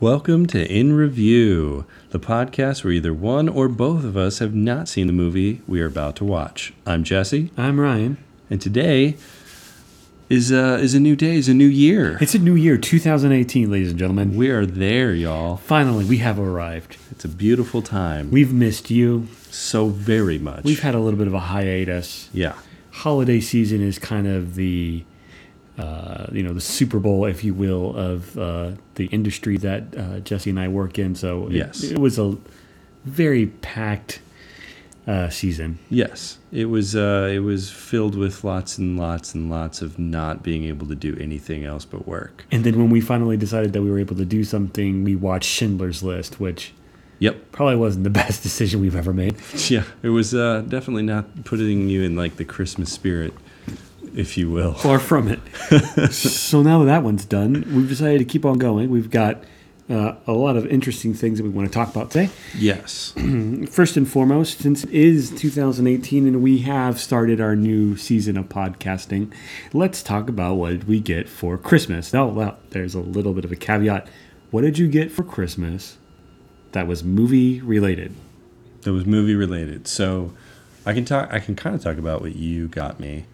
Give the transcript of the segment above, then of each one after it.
Welcome to In Review, the podcast where either one or both of us have not seen the movie we are about to watch. I'm Jesse, I'm Ryan. and today is uh, is a new day, is a new year. It's a new year, 2018, ladies and gentlemen. We are there, y'all. Finally, we have arrived. It's a beautiful time. We've missed you. so very much. We've had a little bit of a hiatus. yeah, Holiday season is kind of the, uh, you know, the Super Bowl, if you will, of uh, the industry that uh, Jesse and I work in. So it- Yes. it, was a very packed uh, season. yes. It was uh, it was filled with lots and lots and lots of not being able to do anything else but work. And then when we finally decided that we were able to do something, we watched Schindler's List, which Yep. probably wasn't the best decision we've ever made. Yeah, it was uh, definitely not putting you in like the Christmas spirit, if you will. Far from it. so now that that one's done, we've decided to keep on going. We've got uh, a lot of interesting things that we want to talk about today. Yes. First and foremost, since it is 2018 and we have started our new season of podcasting, let's talk about what did we get for Christmas. Now, well, there's a little bit of a caveat. What did you get for Christmas that was movie related? that was movie related. So I can talk. I can kind of talk about what you got me,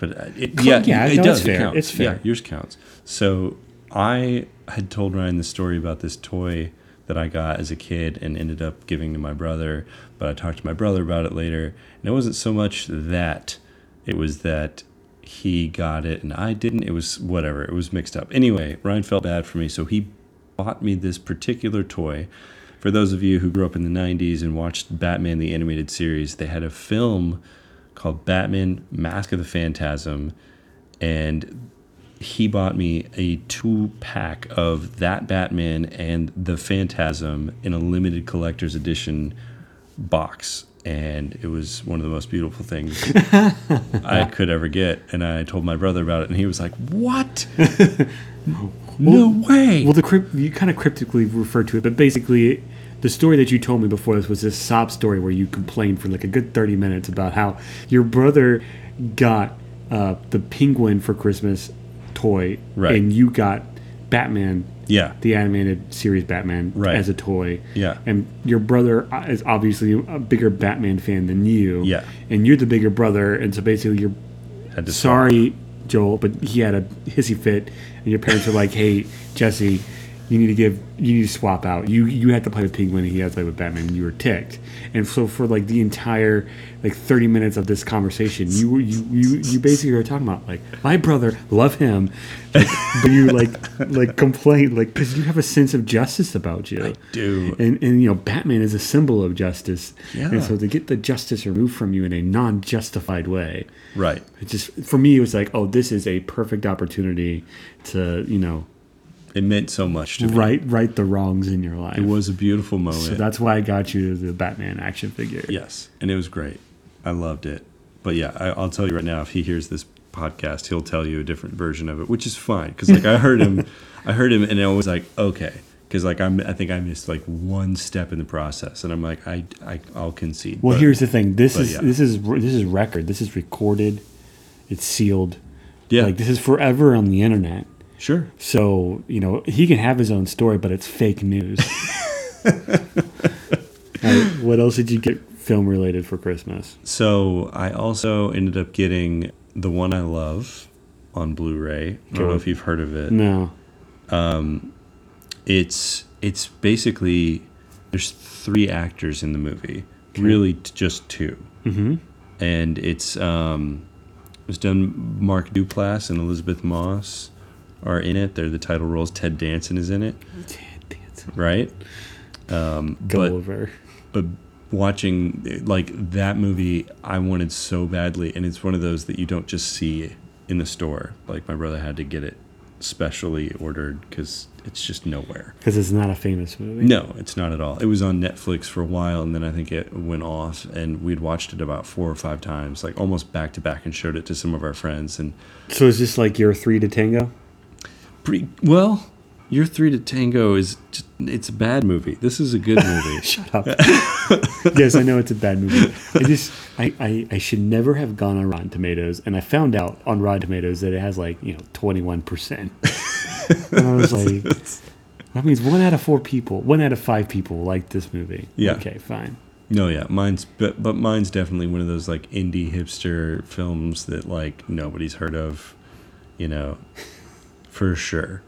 but uh, it, Cool. yeah, Yeah, it no, does. it's It fair. counts. It's fair. Yeah, yours counts. So I had told Ryan the story about this toy that I got as a kid and ended up giving to my brother. But I talked to my brother about it later, and it wasn't so much that it was that he got it and I didn't. It was whatever. It was mixed up. Anyway, Ryan felt bad for me, so he bought me this particular toy. For those of you who grew up in the 90s and watched Batman the animated series, they had a film called Batman Mask of the Phantasm and he bought me a two pack of that Batman and the Phantasm in a limited collector's edition box. And it was one of the most beautiful things I could ever get. And I told my brother about it, and he was like, What? no way. Well, the crypt, you kind of cryptically refer to it, but basically, the story that you told me before this was this sob story where you complained for like a good thirty minutes about how your brother got uh, the penguin for Christmas toy, Right. and you got Batman, yeah. the animated series Batman, Right. as a toy, Yeah. And your brother uh, is obviously a bigger Batman fan than you, Yeah. And you're the bigger brother, and so basically, you're Had to sorry, Joel, but he had a hissy fit, and your parents were like, "Hey, Jesse, you need to give, you need to swap out. You you had to play with Penguin, and he had to play with Batman. And you were ticked, and so for like the entire like thirty minutes of this conversation, you were you you, you basically were talking about like my brother, love him, like, but you like like complain like because you have a sense of justice about you. I do. and and you know Batman is a symbol of justice, Yeah. and so to get the justice removed from you in a non-justified way, Right. it just for me it was like oh this is a perfect opportunity to you know It meant so much to me. right right the wrongs in your life It was a beautiful moment. so that's why i got you the batman action figure Yes, and it was great. I loved it. But yeah, I, I'll tell you right now, if he hears this podcast, he'll tell you a different version of it, which is fine because like I heard him, I heard him, and I was like, okay, because like I'm, I think I missed like one step in the process, and I'm like, I, I I'll concede. well But here's the thing this is yeah. this is this is record this is recorded it's sealed yeah, like this is forever on the internet sure, so you know he can have his own story but it's fake news All right, what else did you get film related for christmas So I also ended up getting the one I love on Blu-ray. I don't know Cool. if you've heard of it. no it's it's basically there's three actors in the movie really t- just 2 mm-hmm. and it's um it was done mark duplass and elizabeth moss are in it they're the title roles ted danson is in it right go but- over but watching like that movie i wanted so badly and it's one of those that you don't just see in the store like my brother had to get it specially ordered because it's just nowhere because it's not a famous movie No, it's not at all. It was on Netflix for a while, and then I think it went off, and we'd watched it about four or five times, like almost back to back, and showed it to some of our friends. And So is this like your three to tango? pretty well, your three to tango is just, it's a bad movie. This is a good movie. Shut up. yes, I know it's a bad movie. I just I, I, I should never have gone on Rotten Tomatoes and I found out on Rotten Tomatoes that it has like, you know, twenty one percent. And I was like That means one out of four people, one out of five people like this movie. Yeah. Okay, fine. No, yeah, mine's but but mine's definitely one of those like indie hipster films that like nobody's heard of, you know, for sure.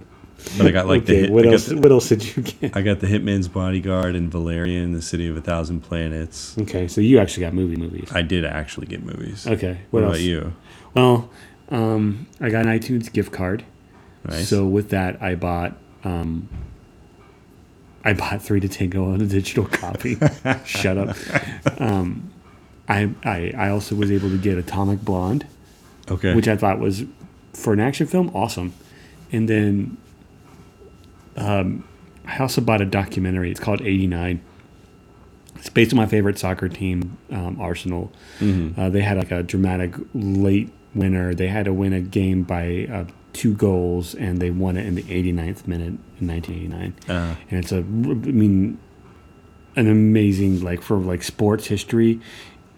But I got like the okay, hit, what I, else? got the, what else did you get? I got the Hitman's Bodyguard and Valerian, the City of a Thousand Planets. Okay, so you actually got movie movies. I did actually get movies. Okay, What, what, else? about you? Well, um, I got an iTunes gift card. Nice. So with that, I bought um, I bought Three to Tango on a digital copy. Shut up. Um, I, I I also was able to get Atomic Blonde, okay. which I thought was for an action film awesome, and then um, I also bought a documentary. It's called '89. It's based on my favorite soccer team, um, Arsenal. Uh, they had like a dramatic late winner. They had to win a game by uh, two goals, and they won it in the 89th minute in 1989. Uh. And it's a, I mean, an amazing like for like sports history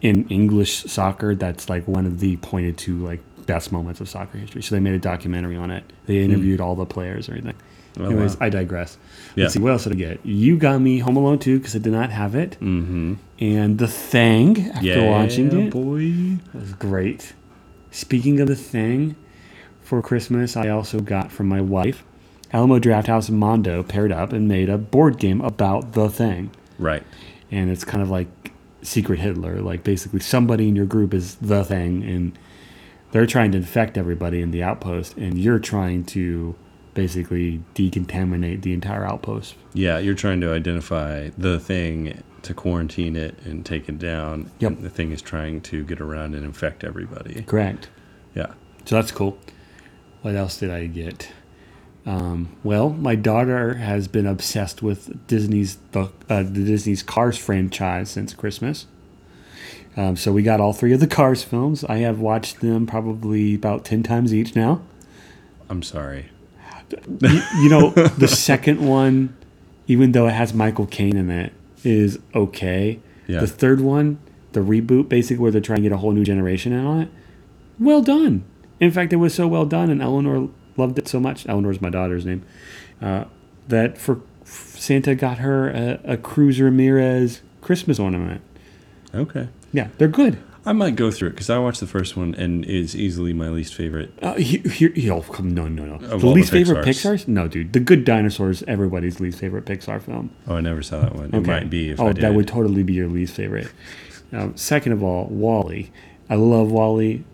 in English soccer. That's like one of the pointed to like best moments of soccer history. So they made a documentary on it. They Hmm. interviewed all the players or anything. Anyways, I digress. Oh, Yeah. Let's see what else did I get. You got me Home Alone 2 because I did not have it, mm-hmm. and The Thing after Yeah, watching it boy. was great. Speaking of The Thing, for Christmas I also got from my wife Alamo Drafthouse and Mondo paired up and made a board game about The Thing Right. and it's kind of like secret Hitler. Like basically, somebody in your group is the thing, and they're trying to infect everybody in the outpost, and you're trying to basically decontaminate the entire outpost. Yeah, you're trying to identify the thing to quarantine it and take it down. Yep. and the thing is trying to get around and infect everybody. Correct. Yeah. So that's cool. What else did I get? Um, well, my daughter has been obsessed with Disney's the, uh, the Disney's Cars franchise since Christmas. Um, so we got all three of the Cars films. I have watched them probably about ten times each now. I'm sorry. you, you know, the second one, even though it has Michael Caine in it, is okay. Yeah. The third one, the reboot, basically where they're trying to get a whole new generation in on it, well done. In fact, it was so well done, and Eleanor loved it so much. Eleanor's my daughter's name. Uh, that for Santa got her a, a Cruz Ramirez Christmas ornament. Okay. Yeah, they're good. I might go through it because I watched the first one and it's easily my least favorite. Uh, he, he, he, oh, come, no, no, no. all the the least favorite Pixars? Pixar's? No, dude. The Good Dinosaur is everybody's least favorite Pixar film. Oh, I never saw that one. It Okay. might be if oh, I did. that would totally be your least favorite. Um, second of all, Wally. I love Wally,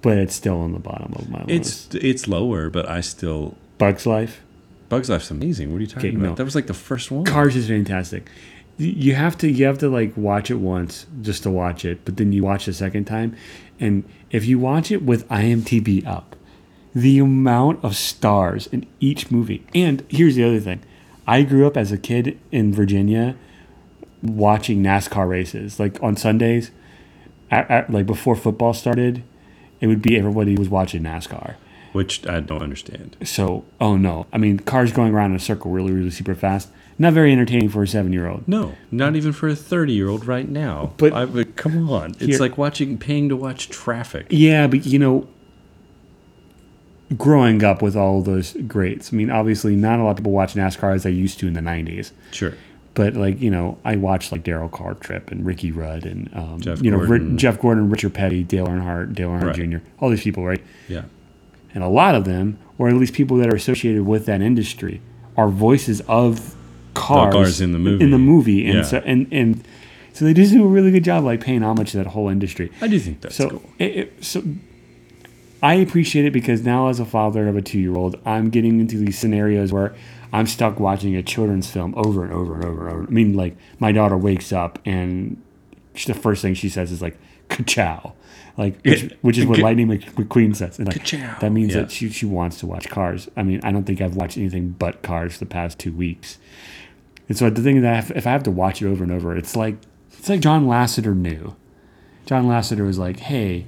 but it's still on the bottom of my list. It's it's lower, but I still Bugs Life. Bugs Life's amazing. What are you talking Okay, about? no. That was like the first one. Cars is fantastic. Y- You have to you have to like watch it once just to watch it, but then you watch the second time, and if you watch it with IMDb up, the amount of stars in each movie. And here's the other thing: I grew up as a kid in Virginia watching NASCAR races, like on Sundays, at, at, like before football started. It would be everybody was watching NASCAR. which I don't understand. So, oh no. I mean, cars going around in a circle really, really super fast. Not very entertaining for a seven year old. No, not even for a thirty-year-old right now. But- I, but come on, it's Here- like watching paying to watch traffic. Yeah, but you know, growing up with all those greats, I mean, obviously, not a lot of people watch NASCAR as they used to in the 90s. Sure. But like you know, I watched like Daryl Cartrip and Ricky Rudd and um, Jeff you know Ri- Gordon. Jeff Gordon, Richard Petty, Dale Earnhardt, Dale Earnhardt Right. Jr. All these people, right? Yeah. and a lot of them, or at least people that are associated with that industry, are voices of cars, cars in the In movie. the movie, and Yeah. so and and so they just do a really good job, like paying homage to that whole industry. I do think that's So cool. it, it- so I appreciate it because now, as a father of a two-year-old, I'm getting into these scenarios where I'm stuck watching a children's film over and over and over and over. I mean, like my daughter wakes up and she, the first thing she says is like "ka-chow," like which, which is what Lightning Mc- McQueen says. And like, Ka-chow. that means Yeah. that she she wants to watch Cars. I mean, I don't think I've watched anything but Cars the past two weeks. And so the thing that I have, if I have to watch it over and over, it's like it's like John Lasseter knew. John Lasseter was like, "Hey,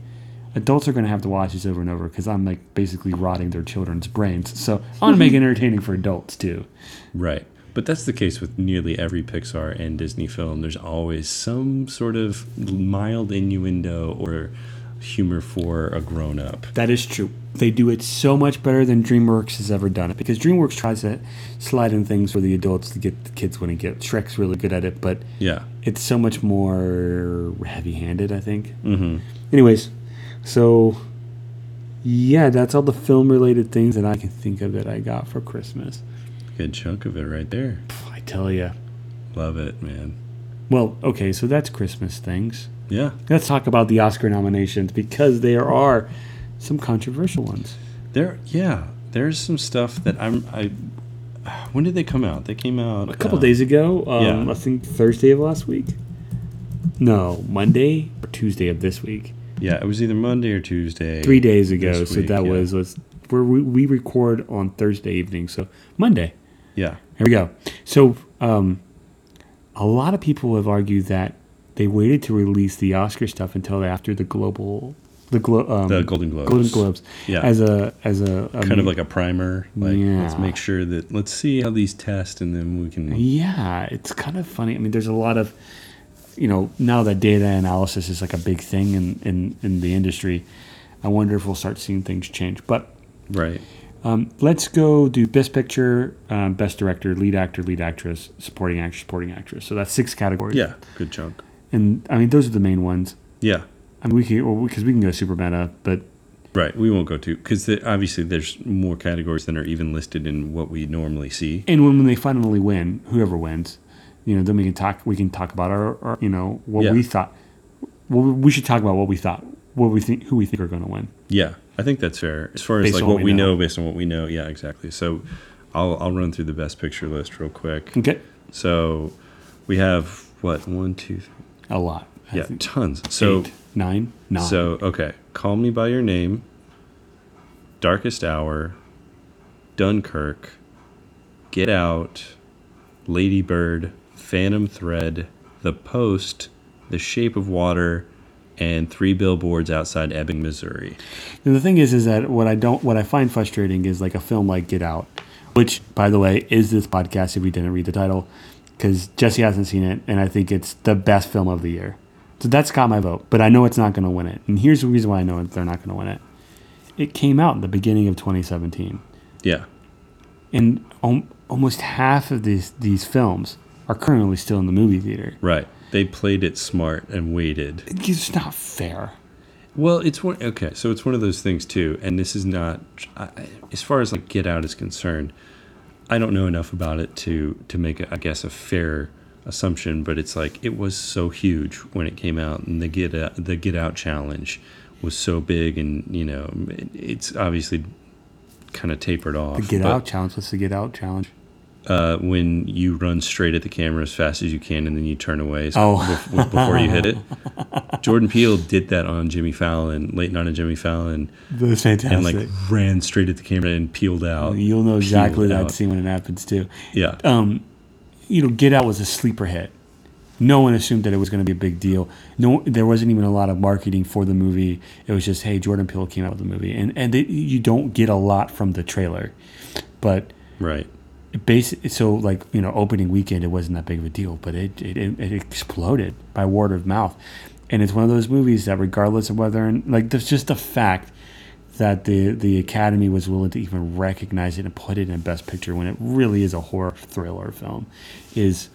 adults are going to have to watch this over and over because I'm like basically rotting their children's brains. So I want to make it entertaining for adults too." Right. But that's the case with nearly every Pixar and Disney film. There's always some sort of mild innuendo or humor for a grown up. That is true. They do it so much better than DreamWorks has ever done it because DreamWorks tries to slide in things for the adults to get the kids when it gets. Shrek's really good at it, but Yeah. it's so much more heavy-handed. I think. Mm-hmm. Anyways, so yeah, that's all the film-related things that I can think of that I got for Christmas. Good chunk of it right there. I tell you. Love it, man. Well, okay, so that's Christmas things. Yeah. Let's talk about the Oscar nominations because there are some controversial ones. There yeah, there's some stuff that I'm I when did they come out? They came out A couple days ago, um, Uh, yeah. I think Thursday of last week. No, Monday or Tuesday of this week. Yeah, it was either Monday or Tuesday. Three days ago, This so week, that yeah. was was where we, we record on Thursday evening. So Monday, Yeah. here we go. So um, a lot of people have argued that they waited to release the Oscar stuff until after the global the glo- um, The Golden Globes. Golden Globes. Yeah. As a as a, a kind of like a primer. Like let's Yeah. make sure that let's see how these test and then we can yeah, it's kind of funny. I mean, there's a lot of you know now that data analysis is like a big thing in in, in the industry. I wonder if we'll start seeing things change. But Right. um, let's go do best picture, um, best director, lead actor, lead actress, supporting actor, supporting actress. So that's six categories. Yeah. Good chunk. and I mean those are the main ones. Yeah. I mean, we can because we can go super meta, but Right, we won't go to because obviously there's more categories than are even listed in what we normally see. and when, when they finally win, whoever wins, you know, then we can talk. We can talk about our, our you know, what Yeah. we thought. Well, we should talk about what we thought, what we think, who we think are going to win. Yeah, I think that's fair as far as Based like on what, we know. know. based on what we know. Yeah, exactly. So, I'll I'll run through the best picture list real quick. Okay, So, we have what one, two, three, a lot. I yeah, think. tons. So Eight, nine, nine. so okay, Call Me by Your Name, Darkest Hour, Dunkirk, Get Out, Lady Bird, Phantom Thread, The Post, The Shape of Water, and Three Billboards Outside Ebbing, Missouri. and the thing is, is that what I don't, what I find frustrating is like a film like Get Out, which, by the way, is this podcast if we didn't read the title, because Jesse hasn't seen it, and I think it's the best film of the year. So that's got my vote, but I know it's not going to win it. And here's the reason why I know they're not going to win it. It came out in the beginning of 2017. Yeah. and om- almost half of these these films are currently still in the movie theater. Right. They played it smart and waited. It's not fair. Well, it's one. Okay, so it's one of those things too. And this is not, I, as far as like Get Out is concerned, I don't know enough about it to to make I guess a fair assumption. But it's like it was so huge when it came out, and the Get Out, the Get Out challenge was so big, and you know, it, it's obviously kind of tapered off. The Get but, Out challenge. What's the Get Out challenge? uh, when you run straight at the camera as fast as you can and then you turn away so Oh. bef- before you hit it. Jordan Peele did that on Jimmy Fallon, late night on Jimmy Fallon, That's and like fantastic. Mm-hmm. ran straight at the camera and peeled out. You'll know exactly that out. scene when it happens too. Yeah. Um, You know, Get Out was a sleeper hit. No one assumed that it was going to be a big deal. No, there wasn't even a lot of marketing for the movie. It was just, hey, Jordan Peele came out with the movie, and and it, you don't get a lot from the trailer, but right. Basi- so like you know opening weekend it wasn't that big of a deal but it it, it, it exploded by word of mouth and it's one of those movies that regardless of whether and like there's just the fact that the the academy was willing to even recognize it and put it in best picture when it really is a horror thriller film is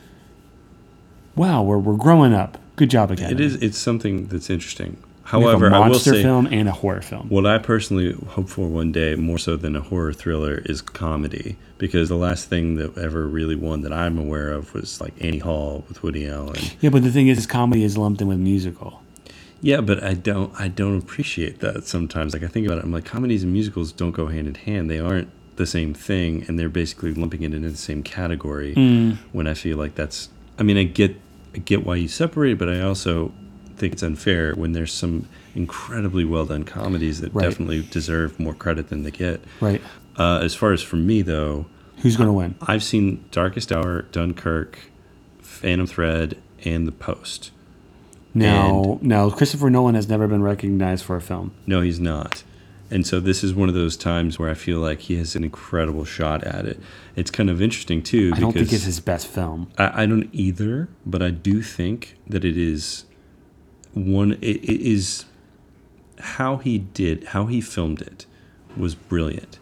wow we're, we're growing up good job academy It is it's something that's interesting. We have However, a I will monster say film and a horror film What I personally hope for one day, more so than a horror thriller, is comedy. Because the last thing that ever really won that I'm aware of was like Annie Hall with Woody Allen. yeah but the thing is, is comedy is lumped in with musical Yeah, but I don't I don't appreciate that sometimes. Like I think about it, I'm like comedies and musicals don't go hand in hand. They aren't the same thing and they're basically lumping it into the same category when I feel like that's I mean, I get I get why you separate, it, but I also think it's unfair when there's some incredibly well done comedies that Right. definitely deserve more credit than they get. right Uh, as far as for me though, who's going to win I've seen Darkest Hour, Dunkirk, Phantom Thread, and The Post. Now, now Christopher Nolan has never been recognized for a film. No, he's not. And so this is one of those times where I feel like he has an incredible shot at it. It's kind of interesting too because I don't think it's his best film. I, I don't either, but I do think that it is one. It, it is how he did how he filmed it was brilliant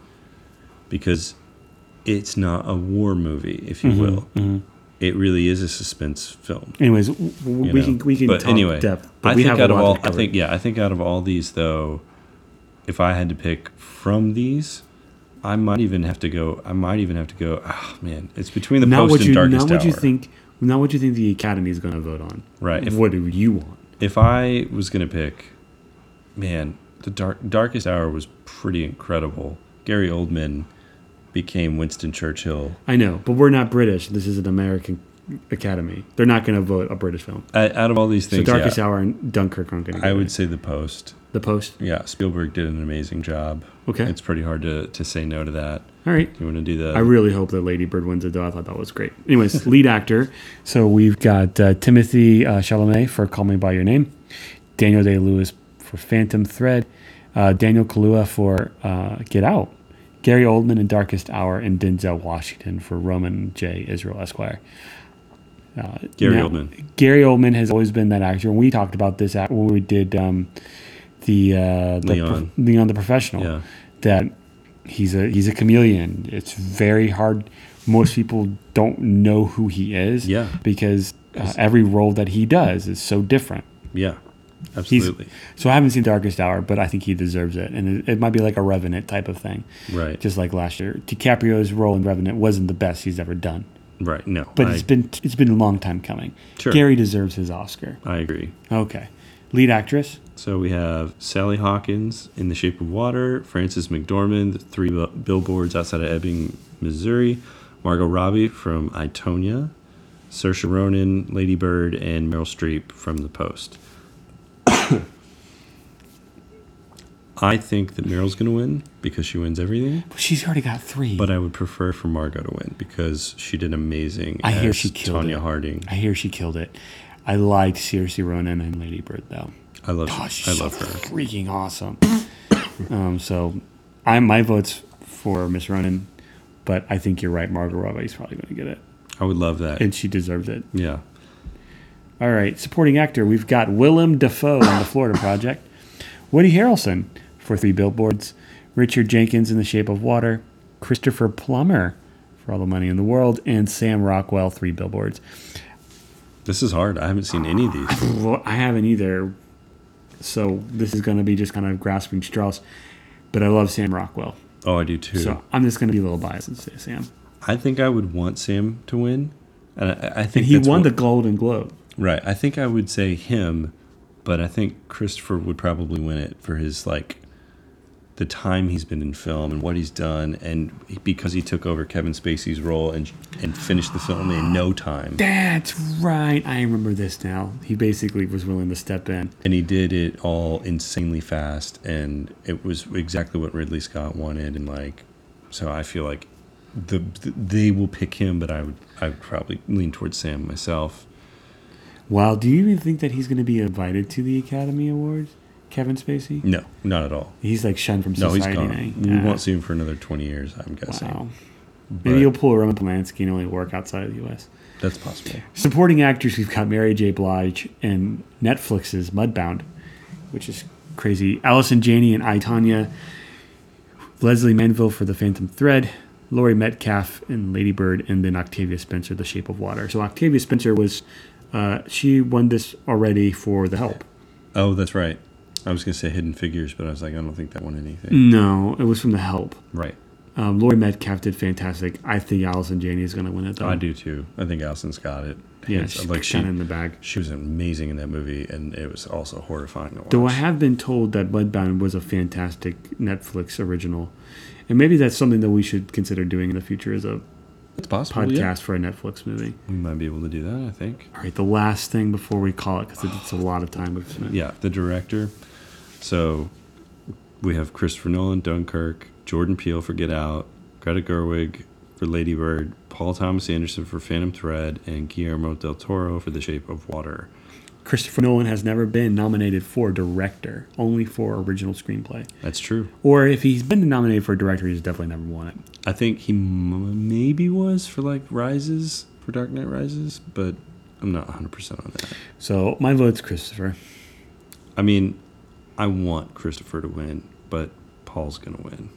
because it's not a war movie, if Mm-hmm, you will. It really is a suspense film. Anyways, w- w- you we know? can we can but talk anyway, depth. I But we think have out a of lot all, to I cover. think yeah, I think out of all these though, if I had to pick from these, I might even have to go. I might even have to go. Ah, man, it's between the not post what and you darkest not what you Hour. think not what you think the academy is going to vote on. Right, if- what do you want? If I was gonna pick, man, the dark darkest hour was pretty incredible. Gary Oldman became Winston Churchill. I know, but we're not British. This is an American academy. They're not going to vote a British film. I, out of all these So things, Darkest yeah, Hour and Dunkirk aren't going to. I would say the post. the post. Yeah, Spielberg did an amazing job. Okay. It's pretty hard to, to say no to that. All right. You want to do the I really hope that Lady Bird wins it, though. I thought that was great. Anyways, lead actor. So we've got uh, Timothy uh, Chalamet for Call Me by Your Name, Daniel Day Lewis for Phantom Thread, uh, Daniel Kaluuya for uh, Get Out, Gary Oldman in Darkest Hour, and Denzel Washington for Roman J. Israel Esquire. Uh, Gary now- Oldman. Gary Oldman has always been that actor, and we talked about this act- when we did um, the, uh, the Leon. Pro- Leon the Professional. Yeah. That he's a he's a chameleon. It's very hard. Most people don't know who he is. Yeah. Because uh, every role that he does is so different. Yeah, He's, absolutely. so I haven't seen Darkest Hour, but I think he deserves it, and it, it might be like a Revenant type of thing, right. just like last year. DiCaprio's role in Revenant wasn't the best he's ever done, right. No. but I, it's been it's been a long time coming. Sure. Gary deserves his Oscar. I agree. Okay. Lead actress. So we have Sally Hawkins in The Shape of Water, Frances McDormand, The Three Bu- Billboards Outside of Ebbing, Missouri, Margot Robbie from Itonia, Saoirse Ronan, Lady Bird, and Meryl Streep from The Post. I think that Meryl's going to win because she wins everything, She's already got three. but I would prefer for Margot to win because she did amazing. I hear as she killed Tanya it. Harding. I hear she killed it. I liked Cersei Ronan and Lady Bird though. I love. Oh, I she's love so her. freaking awesome. um, so, I my vote's for Miss Ronan, but I think you're right. Margot Robbie's probably going to get it, I would love that. and she deserves it. yeah. All right, supporting actor. We've got Willem Dafoe in The Florida Project, Woody Harrelson for Three Billboards, Richard Jenkins in The Shape of Water, Christopher Plummer for All the Money in the World, and Sam Rockwell, Three Billboards. This is hard. I haven't seen any of these. Well, I haven't either, so this is going to be just kind of grasping straws, but I love Sam Rockwell. Oh, I do too. So I'm just going to be a little biased and say Sam. I think I would want Sam to win, and I, I think And he that's won the what- Golden Globe. right. I think I would say him, but I think Christopher would probably win it for his like the time he's been in film and what he's done, and because he took over Kevin Spacey's role and and finished the film in no time, That's right. I remember this now. He basically was willing to step in. and he did it all insanely fast, and it was exactly what Ridley Scott wanted, and like, so I feel like. The, th they will pick him, but I would I would probably lean towards Sam myself. Wow, do you even think that he's going to be invited to the Academy Awards, Kevin Spacey? No, not at all. He's like shunned from No, society. he's gone. eh? We Yeah. won't see him for another 20 years, I'm guessing. Wow. But Maybe he'll pull a Roman Polanski and only work outside of the U.S. That's possible. Supporting actors, we've got Mary J. Blige in Netflix's Mudbound, which is crazy. Allison Janney and I, Tanya. Leslie Manville for The Phantom Thread. Laurie Metcalf in Lady Bird. And then Octavia Spencer, The Shape of Water. So Octavia Spencer was, uh, she won this already for The Help. Oh, that's right. I was going to say Hidden Figures, but I was like, I don't think that won anything. Mm. No, it was from The Help. Right. Um, Lori Metcalf did fantastic. I think Allison Janney is going to win it, though. I do too. I think Allison's got it. Yeah, It's- she's like she, kind of in the bag. she was amazing in that movie, and it was also horrifying to watch. Though I have been told that Bloodbound was a fantastic Netflix original, and maybe that's something that we should consider doing in the future as a it's possible. podcast Oh, Yeah. for a Netflix movie. We might be able to do that, I think. All right, the last thing before we call it because it's a lot of time. We've spent. Yeah, the director. So we have Christopher Nolan, Dunkirk, Jordan Peele for Get Out, Greta Gerwig for Lady Bird, Paul Thomas Anderson for Phantom Thread, and Guillermo del Toro for The Shape of Water. Christopher Nolan has never been nominated for director, only for original screenplay. That's true. Or if he's been nominated for director, he's definitely never won it. I think he m- maybe was for like Rises, for Dark Knight Rises, but I'm not 100% on that. So my vote's Christopher. I mean, I want Christopher to win, but Paul's gonna win.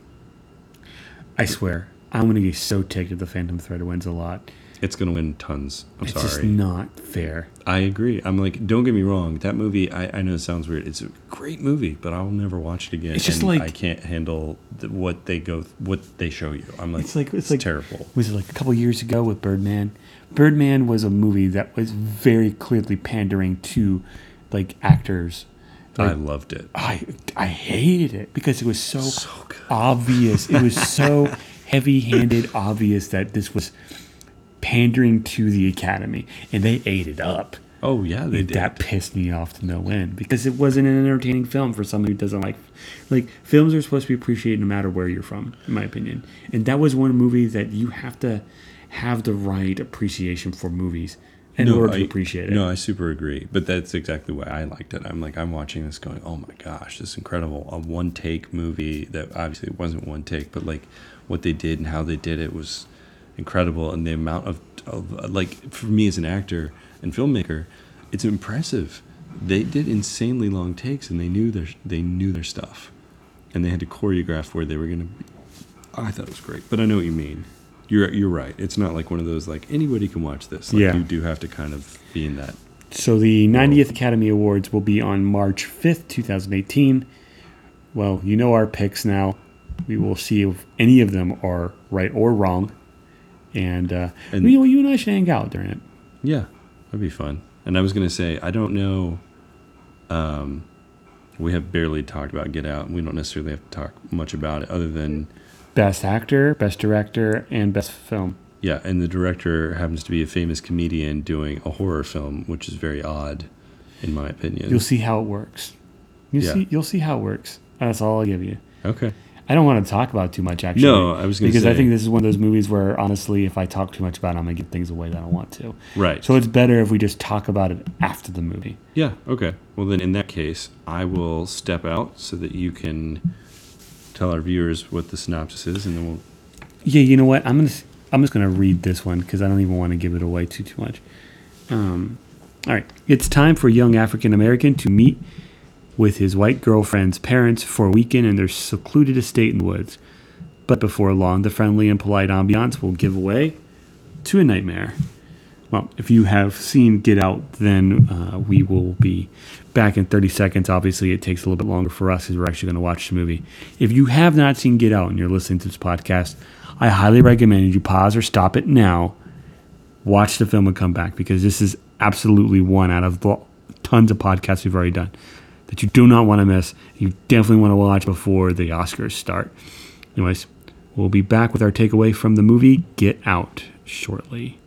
I swear, I'm gonna get so ticked if the Phantom Thread wins a lot. It's gonna win tons. I'm It's just sorry. not fair. I agree. I'm like, don't get me wrong. That movie, I, I know it sounds weird. It's a great movie, but I'll never watch it again. It's just and like- I can't handle the, what they go, what they show you. I'm like, It's like- it's like- terrible. was it like a couple years ago with Birdman? Birdman was a movie that was very clearly pandering to like actors. I loved it. I I hated it because it was so, So good. obvious. It was so heavy-handed, obvious that this was pandering to the Academy, and they ate it up. Oh yeah, they did. That pissed me off to no end because it wasn't an entertaining film for someone who doesn't like, like films are supposed to be appreciated no matter where you're from, in my opinion. And that was one movie that you have to have the right appreciation for movies in order to appreciate it. No, I super agree. But that's exactly why I liked it. I'm like, I'm watching this going, oh my gosh, this is incredible. A one take movie that obviously it wasn't one take, but like what they did and how they did it was incredible. And the amount of, of like, for me as an actor and filmmaker, it's impressive. They did insanely long takes and they knew their, they knew their stuff. And they had to choreograph where they were going to be. I thought it was great, but I know what you mean. You're, you're right. It's not like one of those like anybody can watch this. Like, Yeah. you do have to kind of be in that. So the 90th Academy Awards will be on March 5th, 2018. Well, you know our picks now. We will see if any of them are right or wrong. And, uh, And- you know, you and I should hang out during it. Yeah, that'd be fun. And I was gonna say, I don't know. Um, we have barely talked about Get Out, and we don't necessarily have to talk much about it, other than Best actor, best director, and best film. yeah. And the director happens to be a famous comedian doing a horror film, which is very odd, in my opinion. You'll see how it works. You'll Yeah. see. You'll see how it works. That's all I'll give you. okay. I don't want to talk about it too much actually. No, I was gonna because I say- think this is one of those movies where honestly, if I talk too much about it, I'm gonna give things away that I don't want to. Right. So it's better if we just talk about it after the movie. Yeah, okay. Well, then in that case, I will step out so that you can tell our viewers what the synopsis is, and then we'll. Yeah, you know what? I'm gonna s- I'm just gonna read this one because I don't even want to give it away too too much. Um, all right, it's time for a young African American to meet with his white girlfriend's parents for a weekend in their secluded estate in the woods. But before long, the friendly and polite ambiance will give way to a nightmare. Well, if you have seen Get Out, then uh, we will be back in 30 seconds. Obviously, it takes a little bit longer for us because we're actually going to watch the movie. If you have not seen Get Out and you're listening to this podcast, I highly recommend you pause or stop it now, watch the film, and come back because this is absolutely one out of the tons of podcasts we've already done that you do not want to miss. You definitely want to watch before the Oscars start. Anyways, we'll be back with our takeaway from the movie Get Out shortly.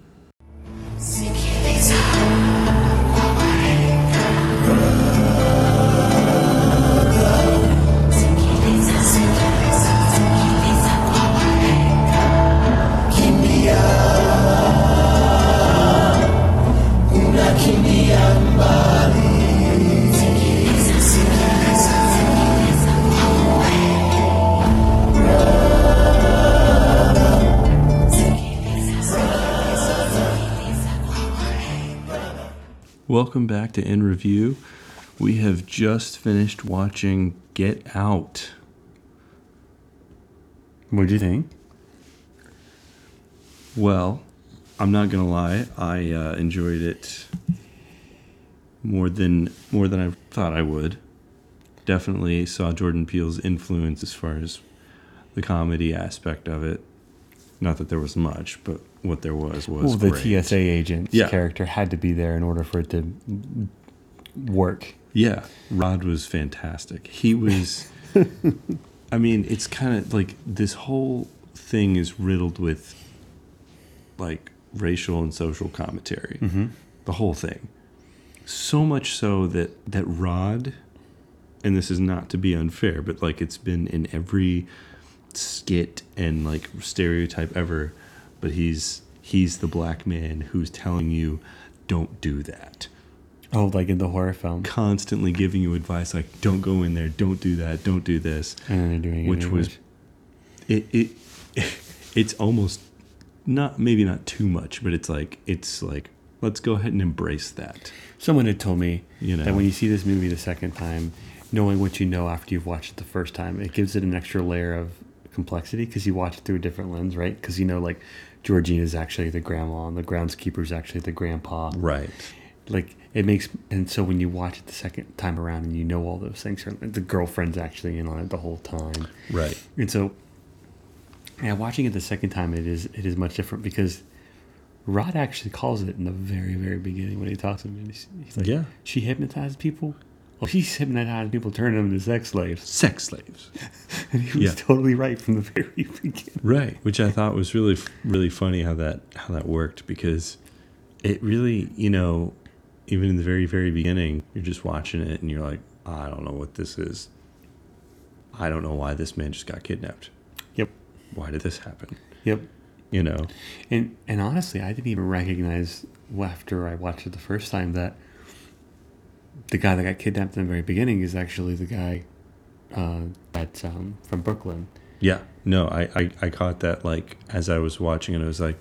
Welcome back to In Review. We have just finished watching Get Out. What do you think? Well, I'm not gonna lie, I uh, enjoyed it more than more than I thought I would. Definitely saw Jordan Peele's influence as far as the comedy aspect of it. Not that there was much, but what there was was Well, the great. TSA agent's Yeah. character had to be there in order for it to work. Yeah, Rod was fantastic. He was. I mean, it's kind of like this whole thing is riddled with like racial and social commentary. The whole thing. So much so that that Rod, and this is not to be unfair, but like it's been in every skit and like stereotype ever, but he's he's the black man who's telling you, don't do that Oh, like in the horror film. constantly giving you advice like don't go in there don't do that don't do this And then they're doing it. which was it, it it's almost not maybe not too much but it's like it's like let's go ahead and embrace that Someone had told me You know. that when you see this movie the second time, knowing what you know after you've watched it the first time. It gives it an extra layer of complexity because you watch it through a different lens, right? Because you know, like Georgina is actually the grandma, and the groundskeeper is actually the grandpa. Right. Like it makes, and so when you watch it the second time around, and you know all those things, or the girlfriend's actually in on it the whole time, Right. and so yeah, watching it the second time, it is it is much different because Rod actually calls it in the very very beginning when he talks to him. He's, he's like, Yeah. she hypnotized people. Oh, she's hypnotized people, turning them into sex slaves." Sex slaves. And he was Yeah. totally right from the very beginning. Right, which I thought was really really funny how that how that worked because it really, you know, even in the very very beginning, you're just watching it and you're like, I don't know what this is. I don't know why this man just got kidnapped. Yep. Why did this happen? Yep. You know. And and honestly, I didn't even recognize well, after I watched it the first time that the guy that got kidnapped in the very beginning is actually the guy uh, that's um, from Brooklyn. Yeah. No, I, I I caught that like as I was watching it, I was like,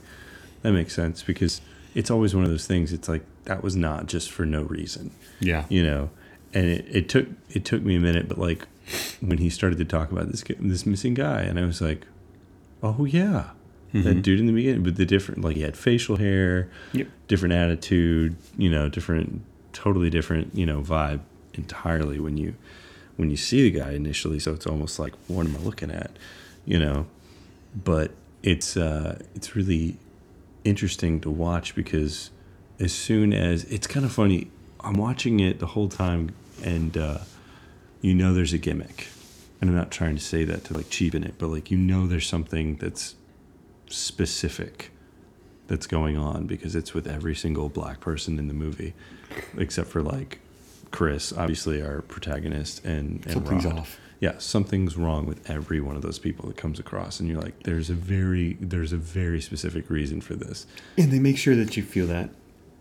that makes sense because it's always one of those things. It's like that was not just for no reason. Yeah. you know and it, it took it took me a minute but like when he started to talk about this gu- this missing guy and i was like oh yeah that dude in the beginning but the different like he had facial hair Yep. different attitude you know different totally different you know vibe entirely when you when you see the guy initially so it's almost like what am i looking at you know but it's uh it's really interesting to watch because as soon as it's kind of funny i'm watching it the whole time and uh you know there's a gimmick and i'm not trying to say that to like cheapen it but like you know there's something that's specific that's going on because it's with every single black person in the movie except for like chris obviously our protagonist and, and Something's Rod off. yeah something's wrong with every one of those people that comes across and you're like there's a very there's a very specific reason for this and they make sure that you feel that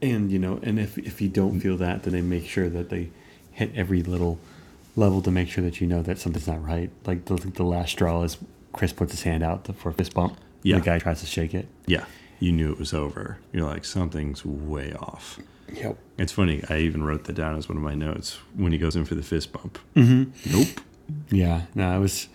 and you know and if, if you don't feel that then they make sure that they hit every little level to make sure that you know that something's not right like the, the last straw is chris puts his hand out for a fist bump Yeah. the guy tries to shake it yeah you knew it was over you're like something's way off yep it's funny i even wrote that down as one of my notes when he goes in for the fist bump nope yeah no i was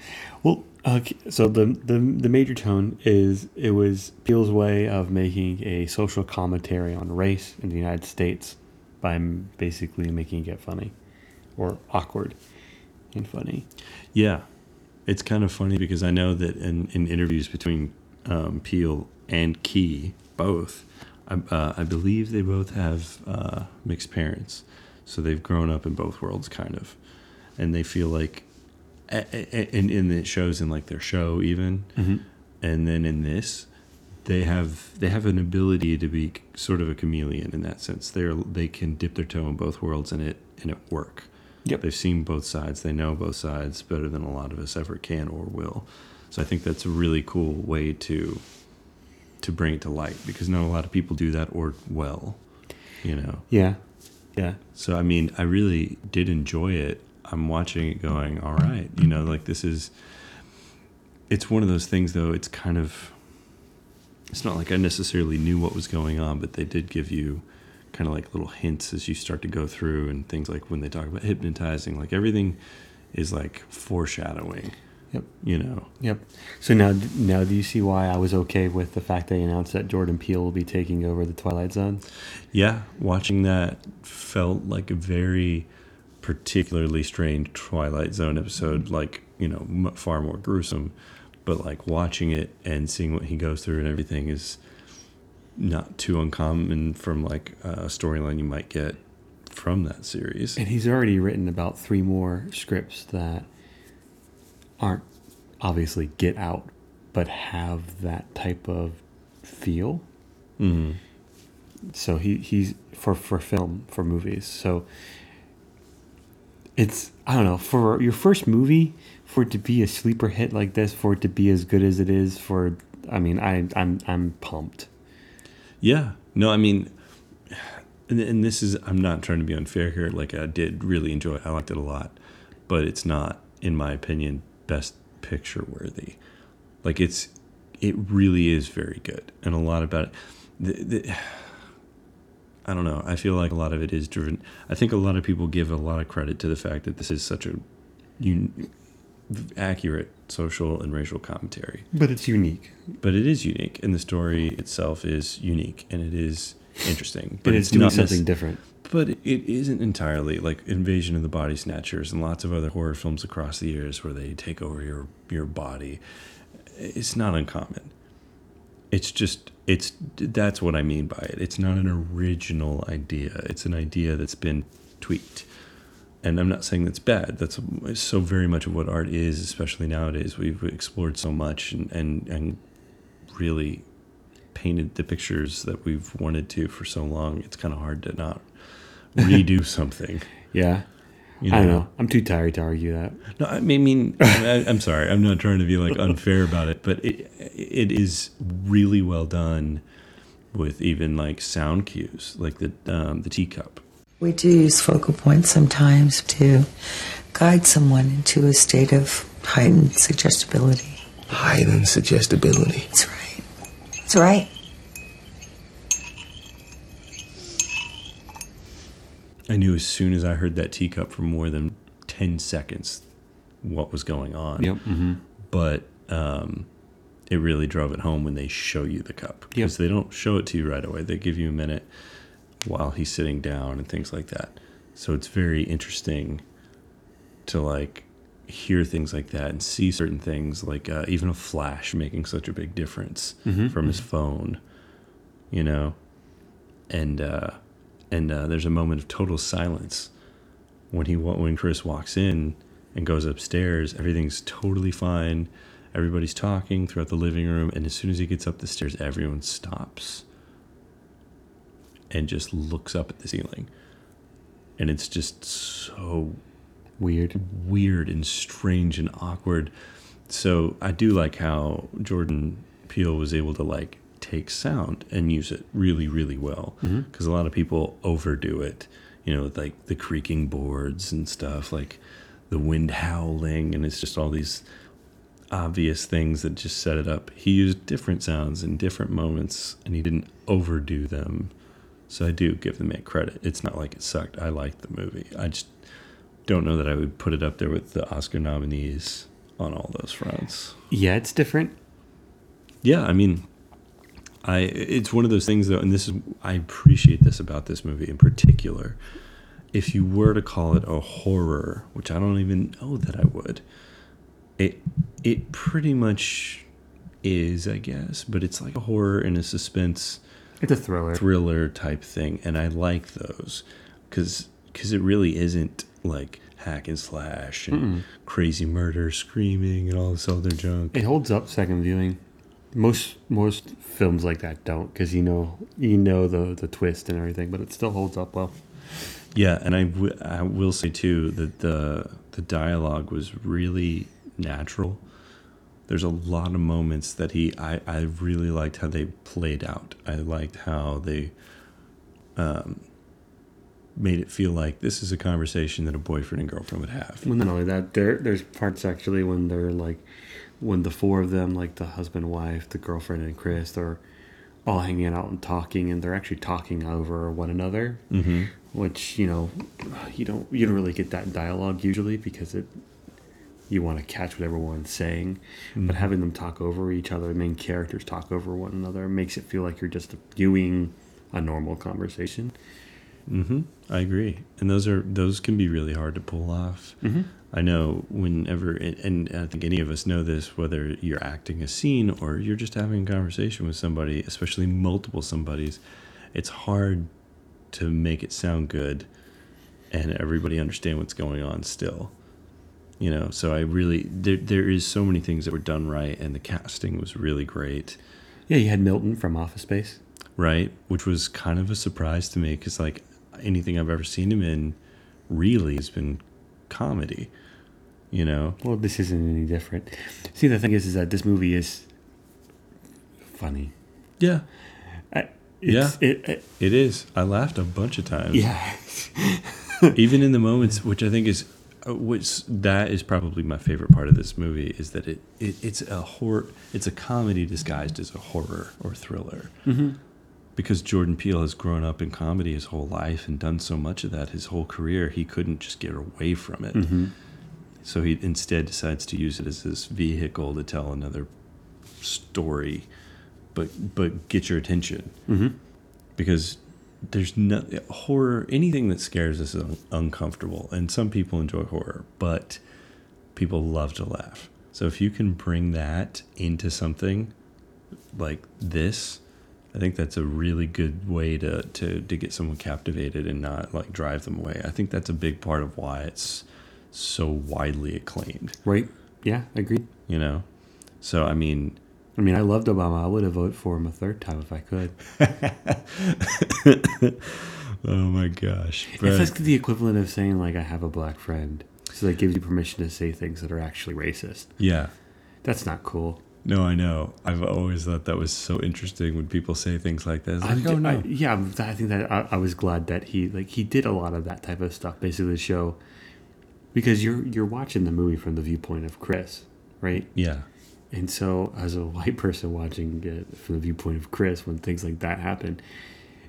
well okay, so the, the the major tone is it was peel's way of making a social commentary on race in the united states by m- basically making it funny or awkward and funny Yeah, it's kind of funny because I know that in, in interviews between um, Peel and Key, both, I, uh, I believe they both have uh, mixed parents, so they've grown up in both worlds, kind of, and they feel like, a- a- a- and and it shows in like their show even, and then in this. They have they have an ability to be sort of a chameleon in that sense. They're they can dip their toe in both worlds and it and it work. Yep. They've seen both sides. They know both sides better than a lot of us ever can or will. So I think that's a really cool way to to bring it to light because not a lot of people do that or well, you know. Yeah. Yeah. So I mean, I really did enjoy it. I'm watching it going, all right, you know, like this is it's one of those things though, it's kind of it's not like I necessarily knew what was going on, but they did give you kind of like little hints as you start to go through and things like when they talk about hypnotizing, like everything is like foreshadowing, Yep. you know. Yep. So now now do you see why I was okay with the fact they announced that Jordan Peele will be taking over the Twilight Zone? Yeah, watching that felt like a very particularly strange Twilight Zone episode, like, you know, m- far more gruesome. But like watching it and seeing what he goes through and everything is not too uncommon from like a storyline you might get from that series. And he's already written about three more scripts that aren't obviously get out, but have that type of feel. Mm-hmm. Mm. So he, he's for, for film, for movies. So it's I don't know, for your first movie, for it to be a sleeper hit like this, for it to be as good as it is, for I mean, I I'm I'm pumped. Yeah. No, I mean, and, and this is, I'm not trying to be unfair here. Like, I did really enjoy it. I liked it a lot, but it's not, in my opinion, best picture worthy. Like, it's, it really is very good. And a lot about it. The, the, I don't know. I feel like a lot of it is driven. I think a lot of people give a lot of credit to the fact that this is such a un, accurate social and racial commentary, But it's unique. but it is unique, and the story itself is unique, and it is interesting. But But it's, doing not nec- something different. But it isn't entirely like Invasion of the Body Snatchers and lots of other horror films across the years where they take over your your body. It's not uncommon. It's just it's that's what I mean by it. It's not an original idea. It's an idea that's been tweaked. And I'm not saying that's bad. That's so very much of what art is, especially nowadays. We've explored so much and and, and really painted the pictures that we've wanted to for so long. It's kind of hard to not redo something. Yeah. You I don't know. I'm too tired to argue that. No, I mean, I mean I, I'm sorry. I'm not trying to be like unfair about it, but it it is really well done with even like sound cues, like the um, the teacup. We do use focal points sometimes to guide someone into a state of heightened suggestibility. Heightened suggestibility. That's right. That's right. I knew as soon as I heard that teacup for more than ten seconds what was going on. Mm-hmm. but um, it really drove it home when they show you the cup because they don't show it to you right away. They give you a minute while he's sitting down and things like that. So it's very interesting to like hear things like that and see certain things like uh, even a flash making such a big difference from his phone, you know, and uh, and uh, there's a moment of total silence when he wa- when Chris walks in and goes upstairs, everything's totally fine. Everybody's talking throughout the living room, and as soon as he gets up the stairs, everyone stops and just looks up at the ceiling. And it's just so Weird. weird and strange and awkward. So I do like how Jordan Peele was able to like take sound and use it really, really well. Because a lot of people overdo it, you know, with, like the creaking boards and stuff, like the wind howling, and it's just all these obvious things that just set it up. He used different sounds in different moments, and he didn't overdo them. So I do give the man credit. It's not like it sucked. I liked the movie. I just don't know that I would put it up there with the Oscar nominees on all those fronts. Yeah, it's different. Yeah, I mean, I it's one of those things though, and this is I appreciate this about this movie in particular. If you were to call it a horror, which I don't even know that I would, it it pretty much is, I guess, but it's like a horror and a suspense It's a thriller. thriller type thing, and I like those because it really isn't like hack and slash and crazy murder, screaming, and all this other junk. It holds up second viewing. Most most films like that don't because you know you know the the twist and everything, but it still holds up well. Yeah, and I, w- I will say too that the the dialogue was really natural. There's a lot of moments that he I I really liked how they played out. I liked how they um made it feel like this is a conversation that a boyfriend and girlfriend would have. Well, not only that, there there's parts actually when they're like when the four of them, like the husband, wife, the girlfriend, and Chris, they're all hanging out and talking, and they're actually talking over one another, mm-hmm. which you know you don't you don't really get that dialogue usually because it you want to catch what everyone's saying, but having them talk over each other, the main characters talk over one another, makes it feel like you're just viewing a normal conversation. I agree, and those are those can be really hard to pull off. I know whenever, and, and I think any of us know this, whether you're acting a scene or you're just having a conversation with somebody, especially multiple somebodies, it's hard to make it sound good and everybody understand what's going on still. You know, so I really there there is so many things that were done right, and the casting was really great Yeah, you had Milton from Office Space. right? Which was kind of a surprise to me because like anything I've ever seen him in really has been comedy, you know. Well, this isn't any different. See, the thing is, is that this movie is funny. Yeah, I, it's, Yeah. It, it, it is. I laughed a bunch of times, yeah. even in the moments which I think is uh, which that is probably my favorite part of this movie is that it, it it's a horror it's a comedy disguised as a horror or thriller because Jordan Peele has grown up in comedy his whole life and done so much of that his whole career, he couldn't just get away from it. So he instead decides to use it as this vehicle to tell another story, but but get your attention because there's no horror. Anything that scares us is un- uncomfortable, and some people enjoy horror, but people love to laugh. So if you can bring that into something like this, I think that's a really good way to to to get someone captivated and not like drive them away. I think that's a big part of why it's so widely acclaimed. Right? Yeah, agreed. You know, so I mean, I mean, I loved Obama. I would have voted for him a third time if I could. oh my gosh, It's Brett. like the equivalent of saying like I have a black friend, so that gives you permission to say things that are actually racist. yeah. That's not cool. No, I know. I've always thought that was so interesting when people say things like that. It's I'm like, oh ju- no, I, yeah, I'm- I think that I, I was glad that he like he did a lot of that type of stuff, basically to show because you're you're watching the movie from the viewpoint of Chris, right? yeah, And so, as a white person watching it from the viewpoint of Chris, when things like that happen,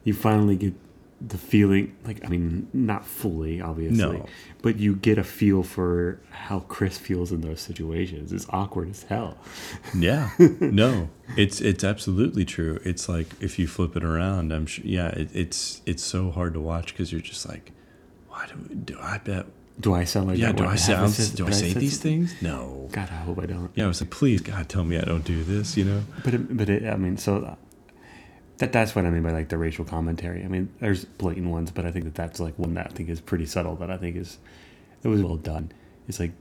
you finally get the feeling like, I mean, not fully, obviously, No. but you get a feel for how Chris feels in those situations. It's awkward as hell. yeah, no. It's it's absolutely true. It's like if you flip it around, I'm sure. Yeah, it, it's it's so hard to watch because you're just like, why do do I bet? Do I sound like Yeah, that? do when I have sound? this- Do I did say sense- these things? No. God, I hope I don't. Yeah, I was like, please, God, tell me I don't do this. You know? But it, but it, I mean, so uh, that that's what I mean by like the racial commentary. I mean, there's blatant ones, but I think that that's like one that I think is pretty subtle. That I think is it was well done. It's like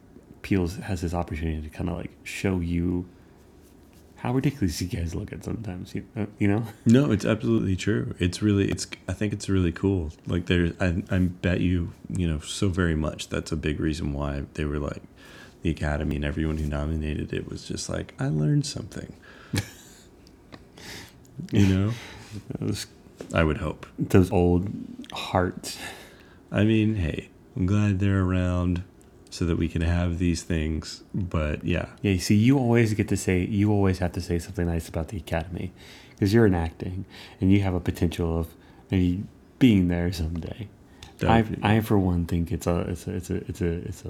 Peels has this opportunity to kind of like show you how ridiculous you guys look at sometimes. You uh, you know, No, it's absolutely true. It's really, it's. I think it's really cool. Like there, I, I bet you, you know, so very much. That's a big reason why they were like, the Academy and everyone who nominated it was just like, I learned something. you know, those I would hope. those old hearts. I mean, hey, I'm glad they're around so that we can have these things. But yeah, Yeah, you see, you always get to say, you always have to say something nice about the academy because you're in acting and you have a potential of maybe being there someday. I, Definitely. I, for one, think it's a, it's a, it's a, it's a, it's a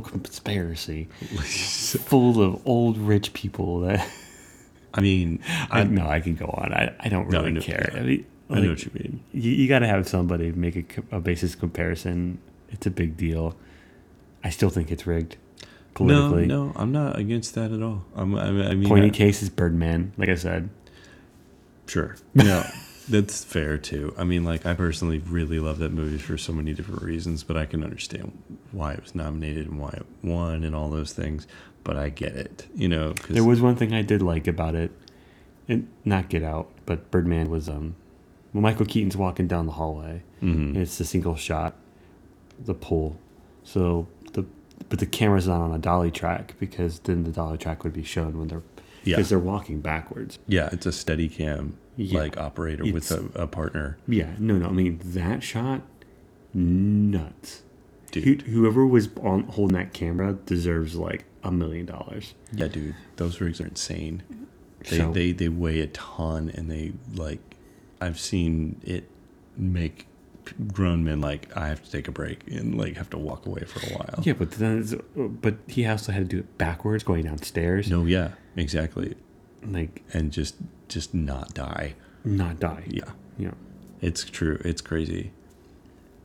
conspiracy full of old rich people that. I mean, I, no, I can go on. I, I don't No, I really know- care. yeah. I mean, I know like, what you mean. you, you got to have somebody make a, co- a basis comparison. It's a big deal. I still think it's rigged No, politically. no, I'm not against that at all. I'm, I, I mean, Pointy I- case is Birdman, like I said. Sure. No, that's fair too. I mean, like I personally really love that movie for so many different reasons, but I can understand why it was nominated and why it won and all those things. But I get it, you know, because There was one thing I did like about it, and not Get Out, but Birdman was um, when Michael Keaton's walking down the hallway, and it's the single shot, the pull. So the but the camera's not on a dolly track because then the dolly track would be shown when they're Yeah. because they're walking backwards. yeah, it's a steady cam Yeah. like operator with It's- a, a partner. Yeah, no, no. I mean that shot, nuts. Who- Dude. whoever was on holding that camera deserves like a million dollars. Yeah, dude, those rigs are insane. They, So- they they weigh a ton, and they like. I've seen it make p- grown men like I have to take a break and like have to walk away for a while. Yeah, but then it's, but he also had to do it backwards, going downstairs. No, yeah, exactly. like and just just not die. not die. Yeah, Yeah. it's true. It's crazy,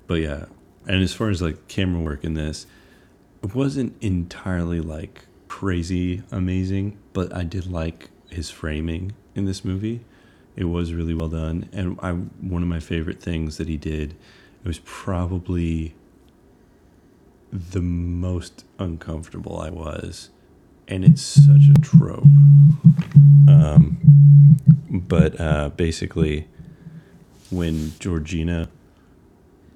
but yeah. And as far as like camera work in this, it wasn't entirely like crazy amazing, but I did like his framing in this movie. It was really well done, and I one of my favorite things that he did. It was probably the most uncomfortable I was, and it's such a trope. Um, but uh, basically, when Georgina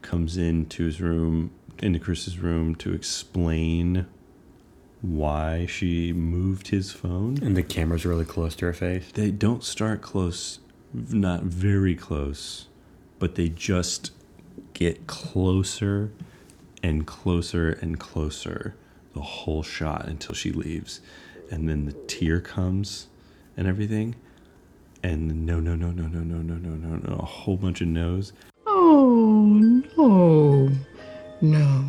comes into his room, into Chris's room to explain why she moved his phone, And the camera's really close to her face. they don't start close, not very close, but they just get closer and closer and closer the whole shot until she leaves. And then the tear comes and everything. and then no, no, no, no, no, no, no, no, no, no, a whole bunch of no's. Oh, no. No.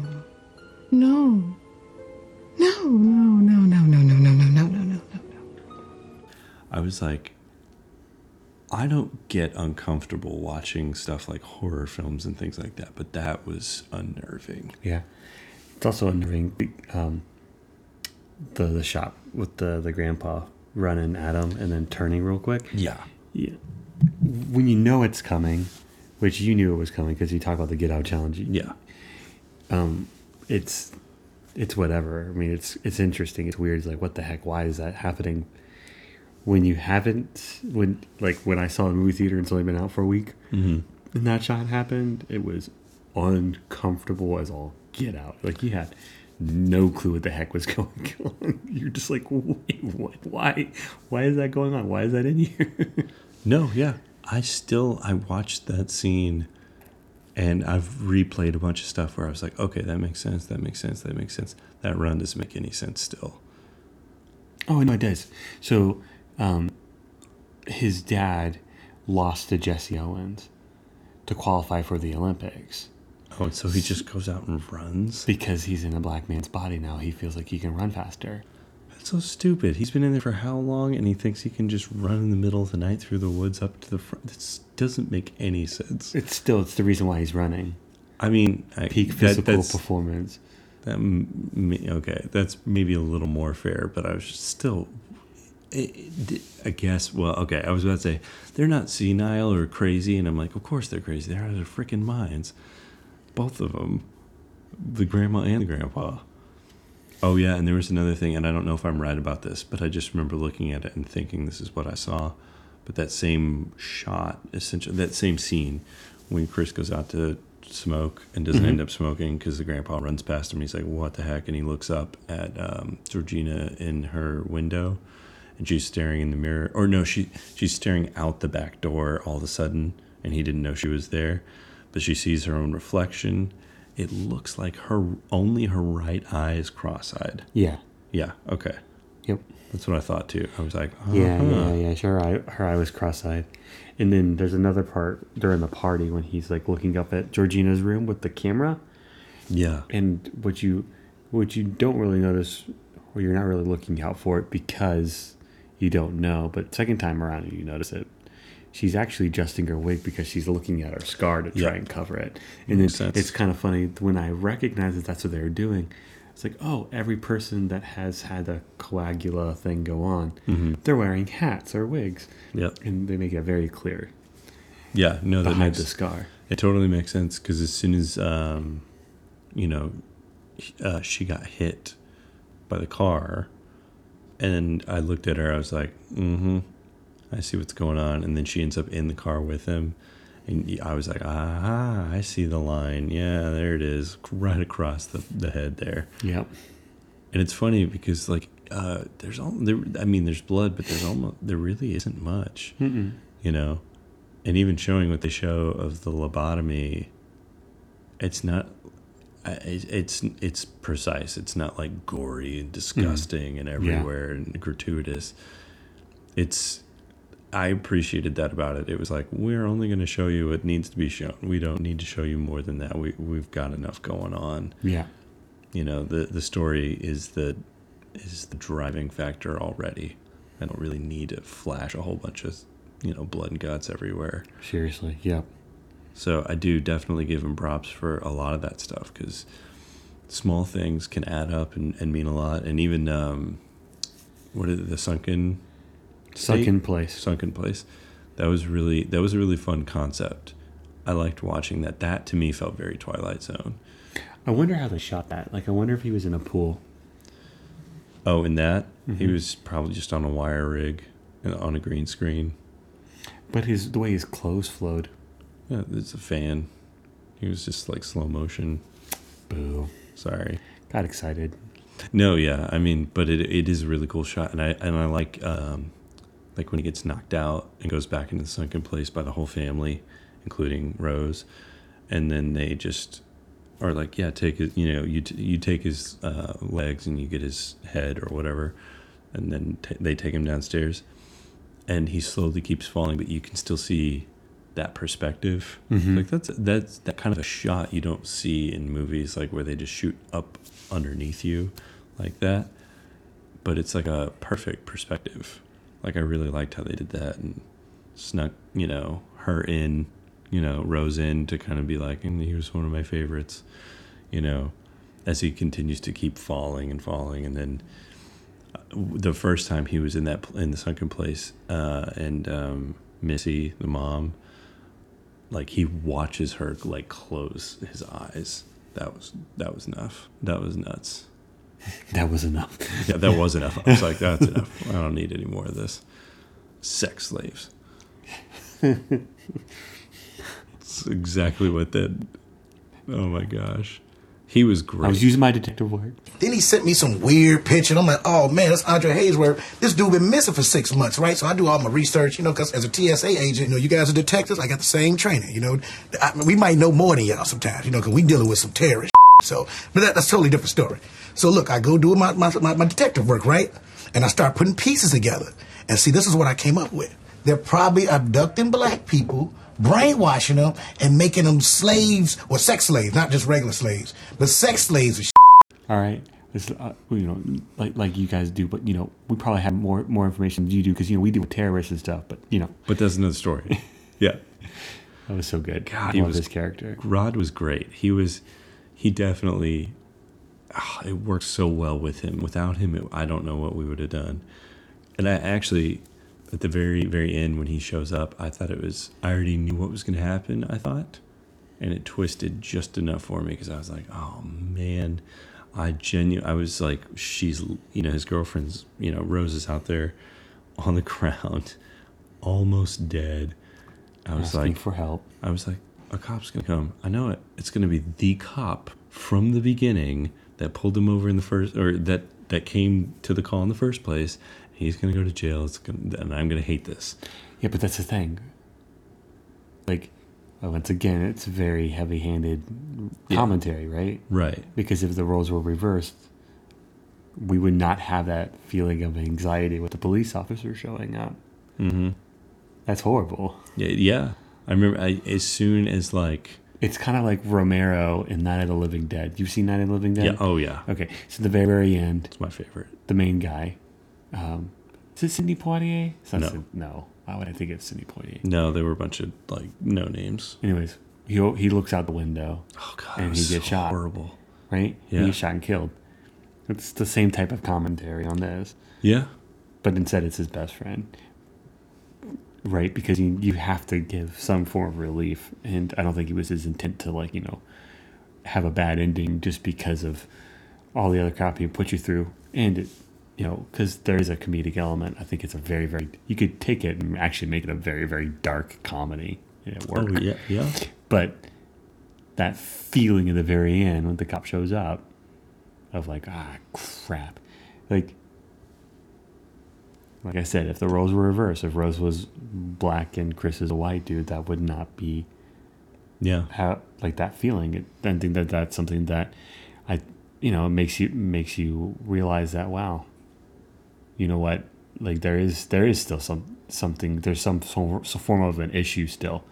No. No, no, no, no, no, no, no, no, no, no, no, no. I was like, I don't get uncomfortable watching stuff like horror films and things like that, but that was unnerving. Yeah. It's also unnerving. Um, the the shot with the the grandpa running at him and then turning real quick. Yeah. Yeah. When you know it's coming, which you knew it was coming because you talk about the get out challenge. Yeah. It's it's whatever. I mean, it's it's interesting. It's weird. It's like what the heck? Why is that happening? When you haven't, when like when I saw the movie theater and it's only been out for a week, and that shot happened, it was uncomfortable as all get out. Like you had no clue what the heck was going on. You're just like, wait, what? Why? Why is that going on? Why is that in here? No, yeah. I still I watched that scene and I've replayed a bunch of stuff where I was like, okay, that makes sense, that makes sense, that makes sense. That run doesn't make any sense still. Oh, no, it does. So, um, his dad lost to Jesse Owens to qualify for the Olympics Oh, and so he just goes out and runs? because he's in a black man's body now. He feels like he can run faster. That's so stupid. He's been in there for how long and he thinks he can just run in the middle of the night through the woods up to the front. This doesn't make any sense. It's still it's the reason why he's running. I mean, I, Peak that- physical that's- performance. That m- me- okay, that's maybe a little more fair, but I was still. i- i- I guess. Well, okay. I was about to say they're not senile or crazy, and I'm like, of course they're crazy. They're out of their freaking minds, both of them, the grandma and the grandpa. Oh yeah, and there was another thing, and I don't know if I'm right about this, but I just remember looking at it and thinking this is what I saw. But that same shot, essentially, that same scene, when Chris goes out to smoke and doesn't end up smoking because the grandpa runs past him, he's like, "What the heck?" and he looks up at um, Georgina in her window, and she's staring in the mirror, or no, she she's staring out the back door all of a sudden, and he didn't know she was there, but she sees her own reflection. It looks like her only her right eye is cross-eyed. Yeah. Yeah. Okay. Yep. That's what I thought too. I was like, Yeah, uh-huh. yeah, yeah. Sure, I, her eye was cross-eyed, and then there's another part during the party when he's like looking up at Georgina's room with the camera, yeah, and what you what you don't really notice, or you're not really looking out for it because you don't know. But second time around, you notice it. She's actually adjusting her wig because she's looking at her scar to try Yeah. and cover it. And Makes then sense. it's kind of funny when I recognize that that's what they were doing. It's like, oh, every person that has had a coagula thing go on, they're wearing hats or wigs. Yep. And they make it very clear yeah. No, that behind makes the scar. It totally makes sense because as soon as, um, you know, sh- uh, she got hit by the car, and I looked at her, I was like, mm hmm, I see what's going on. And then she ends up in the car with him. And y- I was like, ah, I see the line. Yeah, there it is, right across the, the head there. Yep. And it's funny because like uh, there's all there. I mean, there's blood, but there's almost there really isn't much, you know. And even showing what they show of the lobotomy, it's not. I- it- It's it's precise. It's not like gory and disgusting and everywhere and gratuitous. It's. I appreciated that about it. It was like we're only going to show you what needs to be shown. We don't need to show you more than that. We we've got enough going on Yeah. you know the the story is the is the driving factor already i don't really need to flash a whole bunch of you know blood and guts everywhere Seriously. Yep. so i do definitely give him props for a lot of that stuff because small things can add up and, and mean a lot and even um what is it, the sunken Suck in State- place. sunken place that was really that was a really fun concept i liked watching that that to me felt very twilight zone I wonder how they shot that. Like, I wonder if he was in a pool. Oh, in that he was probably just on a wire rig and on a green screen. But his the way his clothes flowed. Yeah, it's a fan. He was just like slow motion. Boo. Sorry. Got excited. No, yeah, I mean, but it it is a really cool shot, and I and I like um, like when he gets knocked out and goes back into the sunken place by the whole family, including Rose, and then they just are like, yeah, take it, you know, you t- you take his uh, legs and you get his head or whatever, and then t- they take him downstairs, and he slowly keeps falling, but you can still see that perspective. Like that's that's that kind of a shot you don't see in movies, like where they just shoot up underneath you, like that. But it's like a perfect perspective. Like I really liked how they did that and snuck, you know, her in, you know, Rose in to kind of be like, and he was one of my favorites, you know, as he continues to keep falling and falling, and then the first time he was in that pl- in the sunken place uh, and um, Missy the mom like he watches her like close his eyes that was that was enough that was nuts That was enough. yeah that was enough I was like that's enough I don't need any more of this sex slaves it's exactly what that oh my gosh he was great I was using my detective work. Then he sent me some weird picture. I'm like, oh man, that's Andre Haysworth. This dude been missing for six months, right? So I do all my research, you know, because as a TSA agent, you know, you guys are detectives. I got the same training, you know. I, we might know more than y'all sometimes, you know, because we dealing with some terrorist. So, but that, that's a totally different story. So look, I go do my, my, my, my detective work, right? And I start putting pieces together. And see, this is what I came up with. They're probably abducting black people, brainwashing them, and making them slaves or sex slaves, not just regular slaves, but sex slaves. and All right. This, uh, you know, like like you guys do, but you know, we probably have more more information than you do because you know we deal with terrorists and stuff. But you know, but that's another story yeah that was so good. God, he I love was- his character. Rod was great. He was, he definitely, ah, it worked so well with him. Without him, it, I don't know what we would have done. And I actually, at the very, very end when he shows up, I thought it was, I already knew what was going to happen, I thought. And it twisted just enough for me because I was like, oh man, I genu I was like, she's, you know, his girlfriend's, you know, Rose is out there on the ground, almost dead. I was Asking like, for help. I was like, a cop's gonna come. I know it. It's gonna be the cop from the beginning that pulled him over in the first, or that that came to the call in the first place. He's gonna go to jail. It's gonna, and I'm gonna hate this. Yeah, but that's the thing. Like, uh, once again, it's very heavy-handed commentary, right? Right. Because if the roles were reversed, we would not have that feeling of anxiety with the police officer showing up. Mm-hmm. That's horrible. Yeah. Yeah. I remember. I, as soon as like, It's kind of like Romero in Night of the Living Dead. You've seen Night of the Living Dead? yeah. Oh yeah. Okay, so the very, very end, It's my favorite. the main guy. Um, is it Cindy Poitier? It's not No. Cin- no. Why would I think it's Cindy Poitier? No, there were a bunch of like no names. Anyways, he he looks out the window, Oh god. And it was he gets shot. Horrible. right? Yeah. He gets shot and killed. It's the same type of commentary on this, Yeah. but instead it's his best friend, right? Because you you have to give some form of relief, and I don't think it was his intent to like you know have a bad ending just because of all the other crap he put you through, and it. You know, because there is a comedic element. I think it's a very, very. You could take it and actually make it a very, very dark comedy. and It Oh worked. yeah. Yeah. But that feeling at the very end when the cop shows up of like, ah, crap. Like, like I said, if the roles were reversed, if Rose was black and Chris is a white dude, that would not be Yeah. how like that feeling. It, I think that that's something that I, you know, it makes you makes you realize that wow, you know what, like there is there is still some something there's some some, some form of an issue still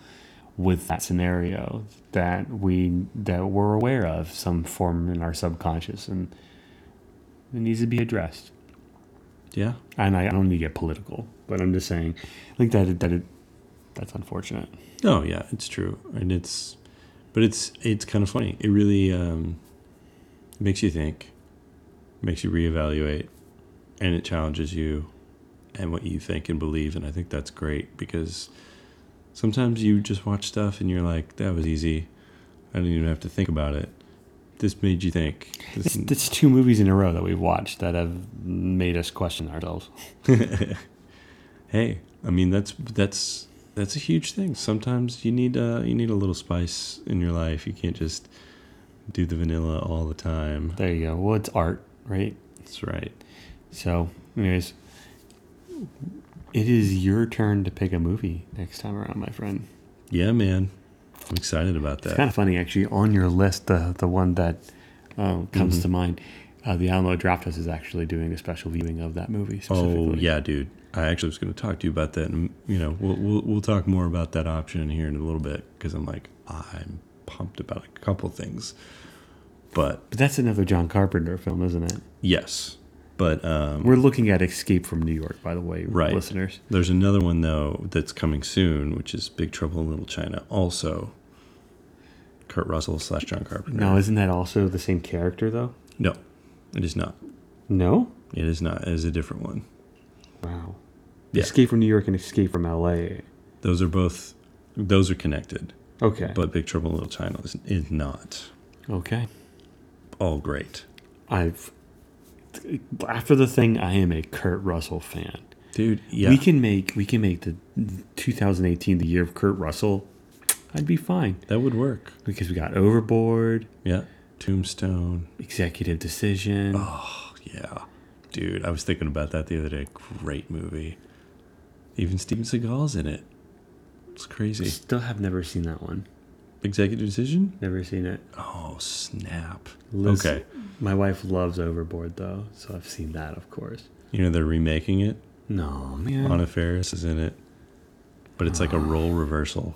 with that scenario that we that we're aware of some form in our subconscious and it needs to be addressed Yeah. and I, I don't need to get political but i'm just saying like that it- that it, that's unfortunate Oh yeah, it's true, and it's, but it's it's kind of funny. It really um, makes you think, makes you reevaluate, and it challenges you, and what you think and believe. And I think that's great because sometimes you just watch stuff and you're like, that was easy. I didn't even have to think about it. This made you think. This, It's, it's two movies in a row that we've watched that have made us question ourselves. hey, I mean that's that's that's a huge thing. Sometimes you need uh you need a little spice in your life. You can't just do the vanilla all the time. There you go. Well, it's art, right? That's right. So, anyways, it is your turn to pick a movie next time around, my friend. Yeah, man. I'm excited about It's that. Mm-hmm. kind of funny, actually. On your list, the the one that uh, comes to mind, Uh, the Alamo Draft House is actually doing a special viewing of that movie. Specifically. Oh yeah, dude. I actually was going to talk to you about that, and you know, we'll we'll, we'll talk more about that option here in a little bit because I'm like I'm pumped about a couple things, but But that's another John Carpenter film, isn't it? yes, but um, We're looking at Escape from New York, by the way, right, listeners. There's another one though that's coming soon, which is Big Trouble in Little China, also. Kurt Russell slash John Carpenter. Now, isn't that also the same character though? No, it is not. No. It is not. It is a different one. Wow. Yeah. Escape from New York and Escape from L.A. Those are both. Those are connected, Okay. but Big Trouble in Little China is, is not. okay. All great, I've after the thing, I am a Kurt Russell fan. dude. Yeah, We can make we can make the 2018 the year of Kurt Russell. I'd be fine that would work. because we got Overboard, Yeah, Tombstone. Executive Decision. Yeah, dude. I was thinking about that the other day. Great movie. Even Steven Seagal's in it. It's crazy. Still have never seen that one. Executive decision. Never seen it. Oh snap. Liz- Okay. My wife loves Overboard though, so I've seen that, of course. You know they're remaking it. No man. Anna Faris is in it, but it's like a role reversal.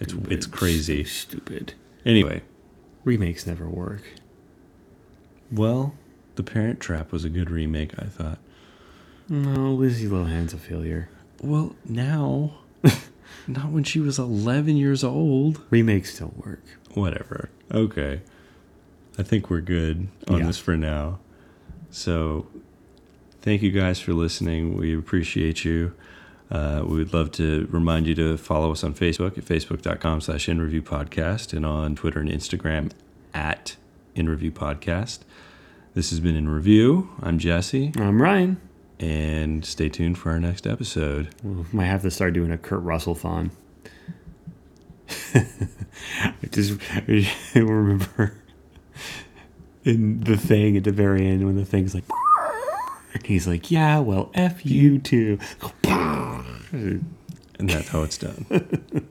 It's it's crazy. Stupid. Anyway, Remakes never work. well, The Parent Trap was a good remake, I thought. No, Lizzie Lohan's a failure. Well, now, not when she was 11 years old. Remakes don't work. Whatever. Okay. I think we're good on Yeah. this for now. So, thank you guys for listening. We appreciate you. Uh, we would love to remind you to follow us on Facebook at facebook.com slash in review podcast and on Twitter and Instagram at in review podcast. This has been in review. I'm Jesse, I'm Ryan. and stay tuned for our next episode. Might have to start doing a Kurt Russell thon. just I remember in the thing at the very end when the thing's like, he's like, yeah, well, f you too. And that's how it's done.